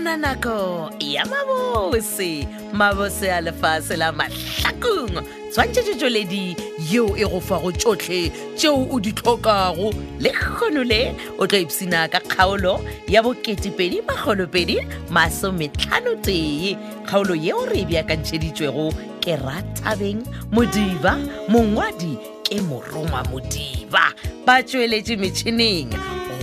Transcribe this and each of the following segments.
nako ya mabose mabose a lefase la mahlakong tshwantšhetšetšoledi yeo e go fago tšotlhe tšeo o di tlhokago le kgono le o tlo ipsina ka kgaolo ya boketepedi magolopedi masometlhanotee kgaolo yeo re e beakantšheditšwego ke ratabeng modiba mongwadi ke morongwa modiba ba tšweletše metšhineng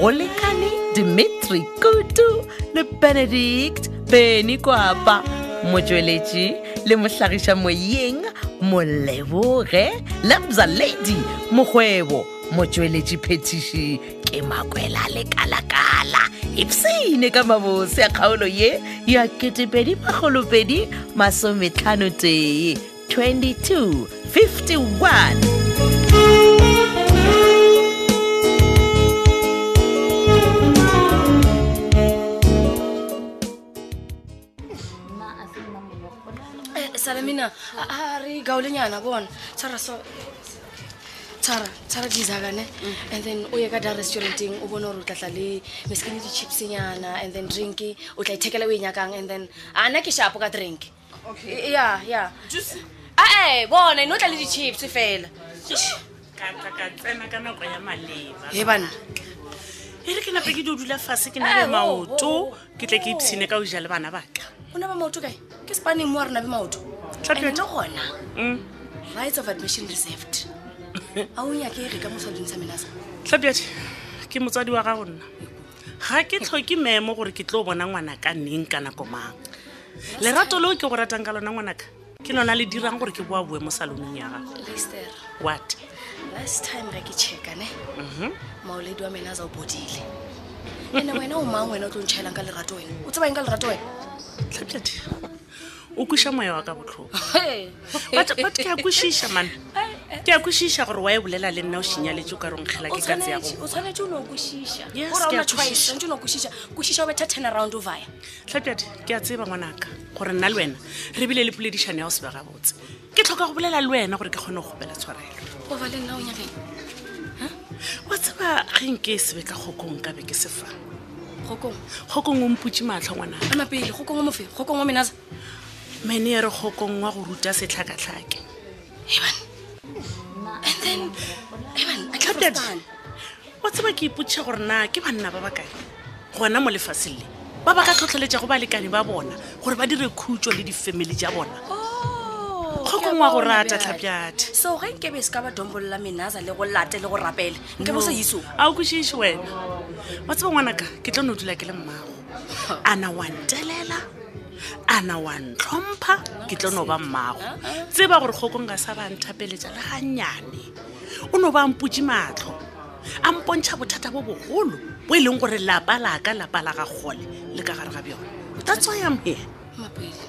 go lekane dimitri kutu le benedict beny kwapa motsweletši le mohlagiša moyeng moleboge lebza lady mokgwebo motsweletši phetiši ke makwela a lekalakala ipsene ka mabose a kgaolo ye ya ketepedi magolopedi masometlhano tee 22 51 Eh, salamina a a re gaolenyana bona tshwara so tshwara tshwara disakane Mm. and then o ye ka da restauranteng o bone gore o tlatla le meskene di-chipsenyana and then drink o tla ithekela o e nyakang and then a nna ke shapo ka drink E- ya ya ae bona ene o tla le di-chips fela ka tla ka tsena ka nako ya maleba e banna e re ke nape ke dio dula fase ke na le Eh, wo, wo, maoto wo. ke tle ke ipshine ka o ja le bana baka o na ba maoto kae ke spaneng mo a rena be maoto Tlhapetha. and le gona Mm. rights of admission reserved a o nyakege ka mosading sa menasa tlhapiadi ke motswadi wa gago nna ga ke tlhoke meemo gore ke tlo bona ngwana ka neng ka nako mang lerato leo ke go ratang ka lona ngwanaka ke lona le dirang gore ke boa boe mo saloneng ya gago lester what Mhm. last time ga ke checka ne maoledi wa mena a za o bodile ande wena o mang wena o tlo ntšhaelang ka lerato wena o tsebaeng ka lerato wena tlhapiadi o kweša moya wa ka botlhoko but but ke a kwešiša man ke a kwešiša gore wa e bolela le nna o šinyaletse o ka ronkgela o ke katse ya go tshwanetse- o tshwanetse o ne o kwešiša Yes, ora ke a ona twice kwešiša. tshwanetse o ne o kwešiša kwešiša o betha ten round ovaya tlhapiadi ke a tseba ngwanaka gore nna le wena re bile le poledišane ya go seba gabotse ke tlhoka go bolela le wena gore ke kgone go kgopela tshwarelo ova le nna o nyakeng wa tseba ge nke e sebe ka kgokong ka be ke se fa gokong kgokong o mputse matlho ngwanaka ema pele gokong wa mofe gokong wa menasa mene e re kgokong wa go ruta setlhakatlhake eban and then eban a ke Tlhapedi. frostane wa tseba ke ipotšiša gore na ke banna ba bakae gona mo lefatsheng le ba ba ka tlhotlheletša go balekane ba bona gore ba dire khutso le di-family tša bona Oh, ke a kgokong wa go bona rata bjale. tlhapiadi so ge nkebe se ka ba dombolola menasa le go late le go rapela nkebe o sa iso a o kwešiše wena wa tseba ngwanaka ke tlo no dula ke le mmago a na wa ntelela a na wa ntlhompha ke tlo no ba mmago tseba gore kgokong ka sa ba nthapeletša le gannyane o no ba mputse matlho a mpontšha bothata bo bogolo bo e leng gore lapa laka lapa la ga kgole le ka gare ga bjone that's why i'm here mapele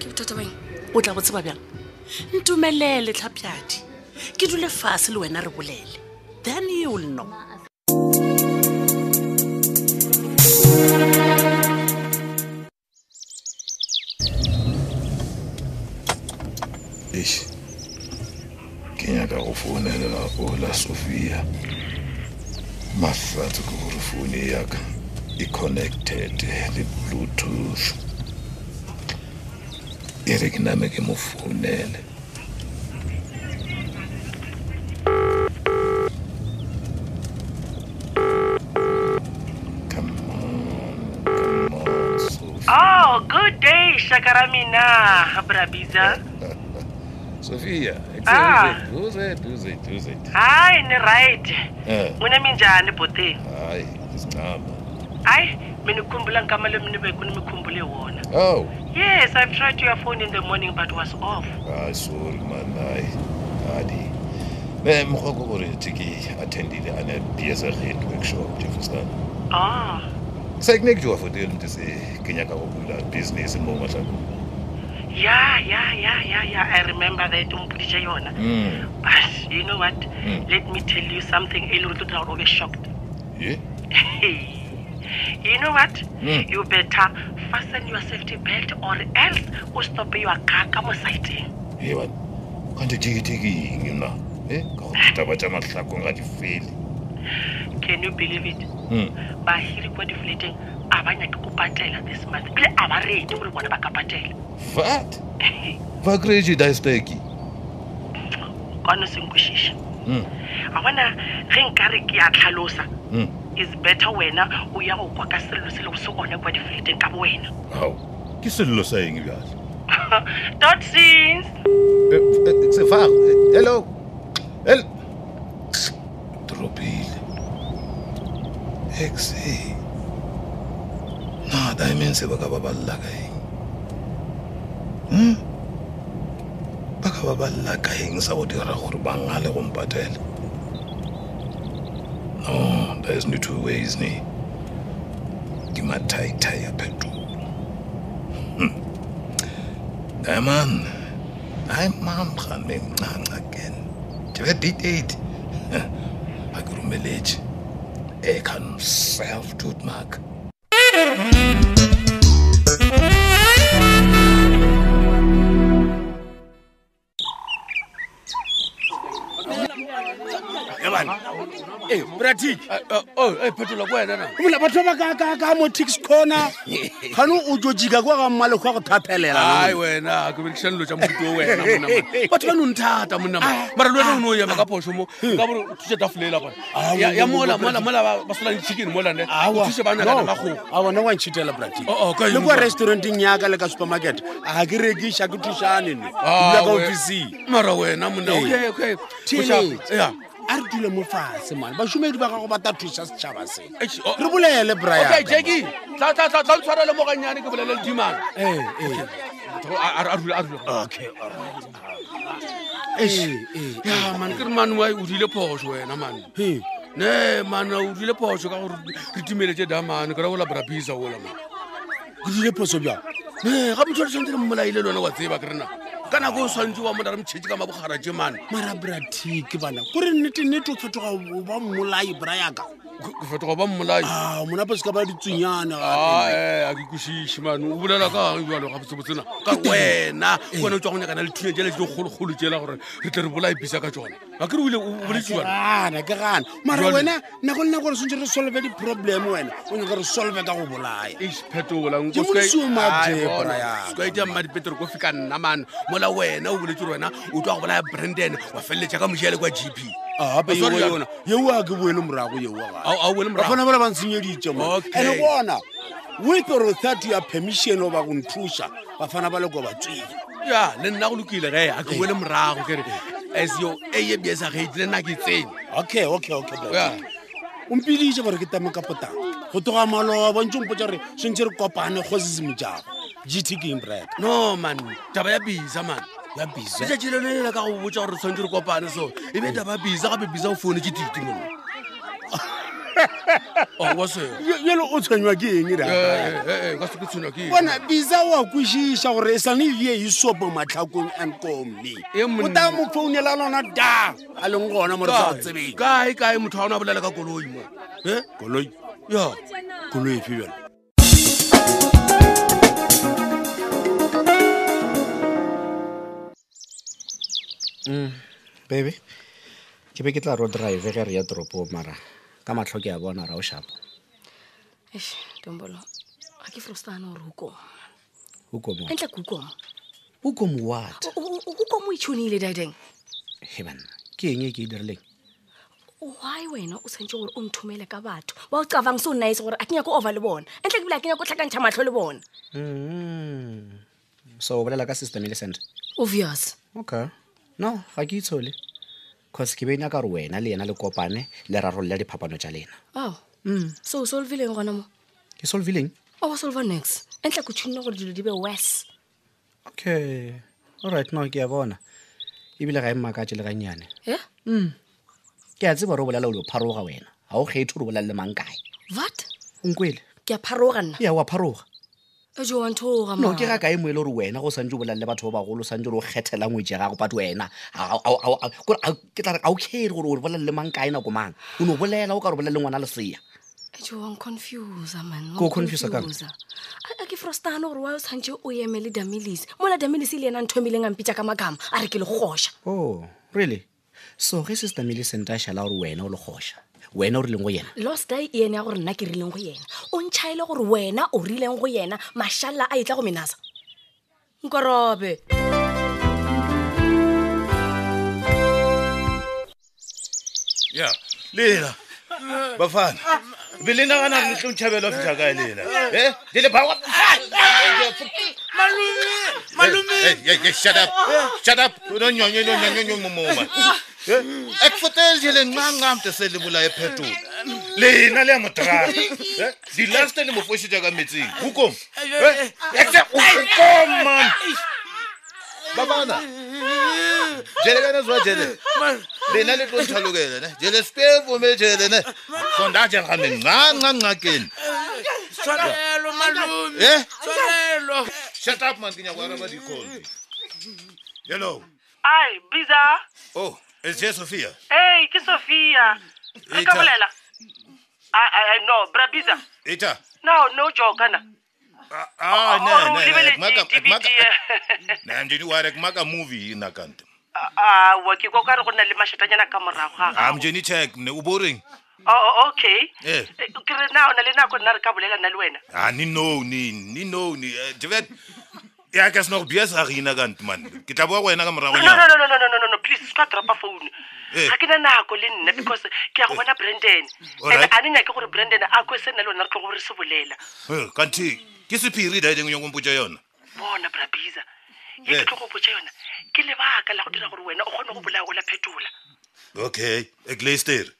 ke bothata bang o tla botseba bjang ntumelele tlhapjadi ke dule fase le wena re bolele then you'll know eish ke nyaka go founela ola sophia mahlatse ke gore foune yaka e connected le bluetooth e re ke name ke mo founele Come on, come on, Sophia. Oh, good day, Shakaramina, Brabiza. Sophia, it's Ah. ah. who's it? Who's it? Who's it? Who's it? Hayi, ni right. Eh. Muna minjani bote? Hayi, isigcama. Hayi, mina ukhumbula ngama lo mina beku nimikhumbule wona. Oh, Yes, I've tried your phone in the morning but was off. hayi sorry man, hayi. Hayi. Ne mkhoko gore tiki attendile ana BSR head workshop Jefferson. Oh, Sa ke ne ke jwa for deal ntse ke nyaka go bula business mo mahlangu. yeah, yeah, yeah, yeah, yeah. I remember that umpuditshe yona. Mm. But you know what? Mm. Let me tell you something elori to tla obe shocked. Ye? you know what? Mm. You better fasten your safety belt or else o stop your car ka mo sighting. Ye bana. Kanti tiki tiki ngina. Eh, ka taba tsa mahlako nga di feli. Can you believe it? Mm. bahiri kwa difleteng a ba nyake go patela this month ebile a ba rete gore bona ba ka patela What? Ba crazy disteki. kwane senkwešiša Mm. a bona ge nka re ke a tlhalosa Mm. is better wena o ya go kwa ka selelo se lego se gona kwa difoleteng ka bo wena Hao. Ke sello sa eng bjale? dot sins Eh, eh, Sefar. eh, Hello. Hello. Dropile. Exe. Na da imense e baka baballa ka eng? Hmm? Baka baballa ka eng sa go dira gore ba ngale go mpatela? No, there is no two ways ne. Ke mathai-thai a petrol. Hmm. Diamond. hayi mamba nencanca ken ndibe didate akurumeleti ekhanself tutmark Eh, oh, omola batho ba ba ka- ka ka mo tix corner gane o jojika kwa ga mmale go a go ai thapelela wena ke berekišanelo tša mofuto o wena monna man. batho ba nong thata monna man. mara le wena o Ah. ne o ema ka phoso mo ka gore o thuše tafolela bona ya ya mola mola mola ba- ba solang chicken molane o thuše banakana magogo bona wa ntšhitela brate Oh, oh, ka eng le kwa mara? restauranteng yaka le ka supermarket ga ke rekiša ke thušane ne Ah, dula ka we- ofising mara wena monna Ee. okay, okay. Teenage. Bosha- yeah. a re dule mo fatshe mane bašomedi ba gago ba ta thuša setšhaba se Eish, oh. re bolele okay brian jacki tla tla- tla- tla ntshwara le moganyane ke bolele le dimana Eh, Eh, ya man ke re mane wa o dile phoso wena mane ne mana o dile phoso ka gore re timeletse damane ke ra ola brapisa ola man o dile phoso bjang Eh, ga motho le tshwanetse re mmolaile le one wa tseba kere na ka nako o tshwanetse wa mona re motšhetše ka mabogara tše mane mara bratiki bana kore nnetennete o fetoga o ba mmolai brayaka Ke- ke fetoga ba mmolai a monapa se ka ba ditsunyana gape. ae a ke kwešiše mane o bolela ka jalo gabotsebotsena ka wena ke wena o tswa go nyakana le thunya jale tse dikgolokgolo tsela gore re tle re bolae bisa ka tsone ga ke re o ile o bolesiwa gana ke gana mara Jwale- wena nako le nako re swantse re solve di-problem wena o nyaka re solve ka go bolaya eish phetolang Ke modisi e- o maje, Brian. skwaite mmadipetero ko fika nna mane mola wena o boletse gore wena o tswa go bolaya branden wa feleletša ka mošele kwa gp Ah, gape Oh, sorry, yeo jalo. yona yeo a ke boele morago yeo Ao- ao boele morago. bafana bale ba nsenyeditse mo Okay. ande bona with or without your permission o ba go nthusa bafana ba le ko ba tswile ya le nna go lokile ge a ke boele morago kere as yo eye biasa gate le e nna ke tsene okay okay okay brother. Yeah. o mpeditse gore ke tame ka potang go toga maloa bontse mpotsa gore swantse re kopane kgosi semejabo gt king brek no man taba ya bisa man ya bisa letšatši le lelela ka go botsa gore tshwanetse re kopane so e be taba ya bisa gape bisa o foune ke tite mono Oh, wa seo jalo o tshwenywa ke eng re Abraham? eh, ka seke tshwenwa ke eng? bona bisa wa kwešiša gore e sane ebie e sopo matlhakong and komle E monna. o ta mo founela lona da a leng gona mo re sa go Kae- tsebeng kae kae motho a one a bolela ka koloi mo e koloi ya koloi efe jale Mm. bebe ke be ke tla road drive ge re ya toropong mara ka matlho ke a bona ra o shapo eish tombolo ga ke frostane gore hukoma ukomo entle ke hukoma ukomo what hukoma o itshonile dadeng he banna ke eng e ke e dirileng why wena o tshwanetse gore o nthomele ka batho ba o cabang se o nnaese gore a ke nyako over le bona entle ke bile a ke nyako tlhakantšha matlho le bona Mm. so o bolela ka system e le sente obvious okay no ga ke itshole cause ke beina ka gore wena le yena le kopane le rarolola diphapano tša lena ao Oh, Mm. so o solvileng gona mo Oh, ke solvileng o wa solva nex entle ke tshonne gore dilo di be wes okay alright no ke a bona ebile ga e mmakatse le gannyane e Mm. ke a tseba gore o bolela o le pharoga wena ga o kgethe gore o bolalele mang kae what o nkwele ke a pharoga nna ya wa pharoga ejo wanthoga no ke ga kae mo e le gore wena go santse o bolale batho ba bagolo santse ore o kgethela ngwetse ya gago pat wena a- a- a- a- kore a- ke tla re a o kgere gore o bolale mang kae nako mang o ne o bolela o ka re bolale ngwana a lesea ejo wanconfusa Ke o confuse-a ka eng? a ke frostane gore wa o tshwanetse o emele damelis mola damelis le yena nthomileng a mpitsa ka makama a re ke le gogoša o really so ge sister mele sente a šhala gore wena o le kgoša wena o rileng go yena lost die e ene ya gore nna ke rileng go yena o ntšhaele gore wena o rileng go yena mašalla a e tla go menasa nkorobe ya lela bafana belenagana letlontšhabela fitlha kae lela Eh, le le bawa- Hey, hey, hey, Eh, shut up. Shut up. Don't nyo- nyo- nyo- nyo- nyo- nyo- moma. Eh, ekufotele le nqanqamte se le bolae phetola lena le ya modraga Eh, di laste le mo fošitša ka metseng hukom Eh, hukom mam babana jele kana zwa jele lena le tlo ntlhalokela ne jele spevome jele ne sonda jele game nqanqanqakeni Eh, tshwarelo malome e tshwarelo shut up man ke nyako araba dicoldi hello ai bisa oh is je sophia ei ke sophia re ka Eta. bolela Ai, ai, ai, no bra bisa eta no no Oh, jokana Ah, ah, nee, ore nee, o nee, lebele ek maak- ek maak- dvd ek- nee, mjeni wa re, ek maak a movie nna kante Ah, awa ke kwa ka re go na le mašatanyana ka morago ga a gago mjeni check mne o boreng O- o- okay Ah. Eh. Eh, ke re na o na le nako nna re ka bolela nna le wena a ni no ni ni no ni jevet ya ke snog bias a rina kante man ke tla boa go wena ka morago no no nyana no no no no no no please ska dropa phone Eh. ga ke na nako le nna because ke ya go bona brandon and Alright. a ne nyake gore brandon a kwe se nna le wena re tlo gore re se bolela Eh, kante ke sephiri daedeng nyong kompotsa yona bona brabisa ye Eh. ke tlo go botsa yona ke lebaka la go dira gore wena o kgone go bolaya o la phetola okay eglaster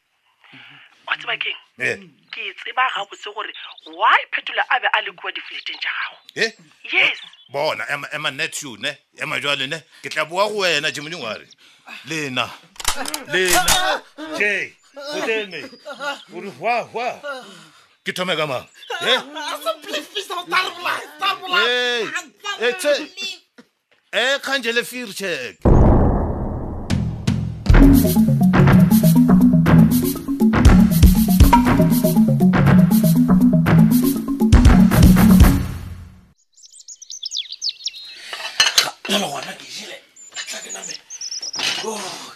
o tseba keng Eh. ke e tseba gabotse gore why phetola a be a le kua difleteng tša gago e yes bona ema- ema netu ne ema jwale ne ke tla boa go wena jemone ngware lena lena j o teme o re hwa hwa Ah. ke thome ka mang Eh? tá Hey, eh, tse- eh khanje le fear check nala gona ke jele tla ke name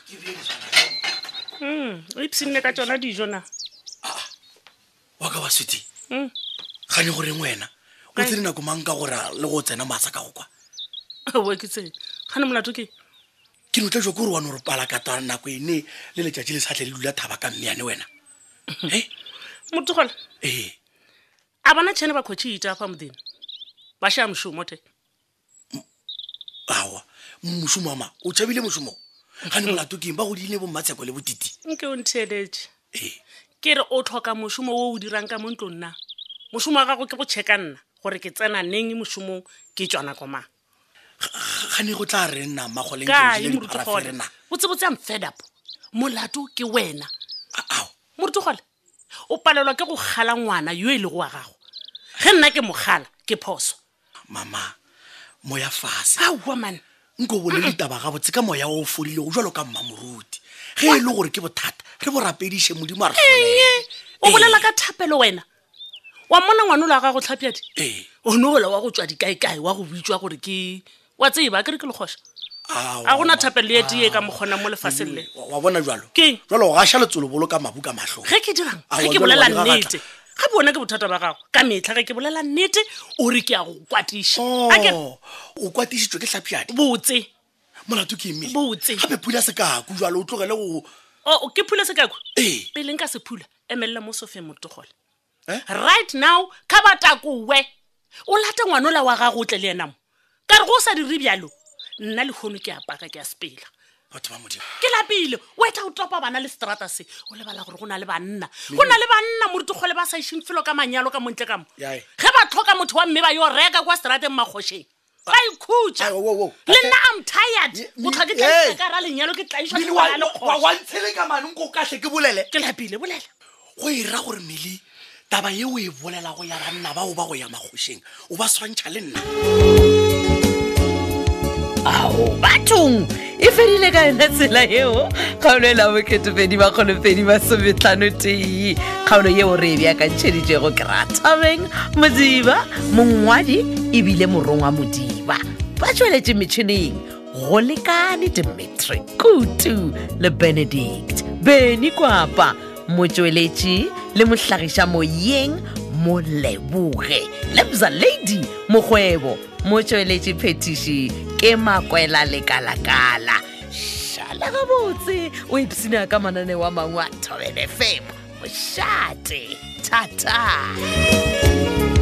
ke bjetsana Hmm, o ipsenne ka tsona dijo na wa ka wa swete Hmm. gane goreng wena o tsene nako mang ka gore a- le go tsena matsa ka go kwa Eh, oketseng gane molato ke ke ne o tla jwa ke gore wane gore palakata nako ene le letšatši le satlhe le dula thaba ka mmeane wena Eh, e motogola ee a bona tšhene ba kgotši ita fa modimo ba šaya mošomo the aa mošomo ama o tšhabile mošomo gane molato keng ba godile bommatsheko le botiti nke o ntheletše ee ke re o tlhoka mošomo wo o dirang ka mo ntlong na mošomo wa gago ke go checka nna gore ke tsena neng mošomong ke tswana ko mang gane go tla re nna magoleng kae diparafere morutugole na botsebotse ang fed up molato ke wena A- ao morutugole o palelwa ke go kgala ngwana yo e lego wa gago ge nna ke mogala ke phoso mama moya fase aowa mane nko bone ditaba gabotse ka moya o o fodilego jalo ka mmamoruti ge e le gore ke bothata re borapediše modimo a re ee o Ee. bolela ka thapelo wena wa mmona ngwane o le wa gago tlhapjadi Ee. o ne ola wa go tswa dikaekae wa go bitswa gore ke wa tseba ke re ke legosa Ao, ga gona mama. thapelo ye tee e ka mokgona mo lefatsheng le wa wa bona jalo Keng? jalo go gaša letsolobolo ka mabu ka matlhong ge ke dirang Aowa, ge ke jwale bolela wa di gagata. nnete ga bona ke bothata ba gago ka metlha ge ke bolela nnete o re ke ya go kwatiša A ke re, o Oh, o kwatisitswe ke tlhapjadi botse molato ke emele Botse. gape pula sekaku jalo o tlogele go O- o- ke phula se kako ee peleng ka sephula emelela mo sofeng motogole Eh? right now ka batakowe o lata ngwana ola wa gago o tle le ena mo ka re go o sa dire bjalo nna lekgono ke apaka ke a sepela batho ba modimo ke lapile weta o topa bana le seterata se o lebala gore go na le banna go na le banna moritogole ba sa išeng felo ka manyalo ka montle ka mo Yae. ge ba tlhoka motho wa mme ba yo reka kwa seterateng magoseng ba ikhutsa Ai, wo, wo, wo. le nna am tired Ye- go tlhoa ke ye- tlaisa ka ra lenyalo ke tlaišwa ke bana e le kgoša ntshele ka manenko katlhe ke bolele ke lapile bolela go e ra gore mele taba ye o e bolela go ya banna bao ba go ya magošeng o ba swantšha le nna ao bathong e fedile ka yona tsela eo kgaolo e laboketopedi bakgolopedi masometlhano tee kgaolo yeo re e beakantšheditšego ke ratabeng modiba mongwadi ebile morongwa modiba ba tsweletše metšhineng go lekane dimitri kutu le benedict beny kwapa motsweletši le mohlagiša moyeng moleboge lebza lady mokgwebo motsweletši phetiši ke makwela lekalakala šala gabotse o ipsina ka mananeo a mangwe a thobele femo mošate thata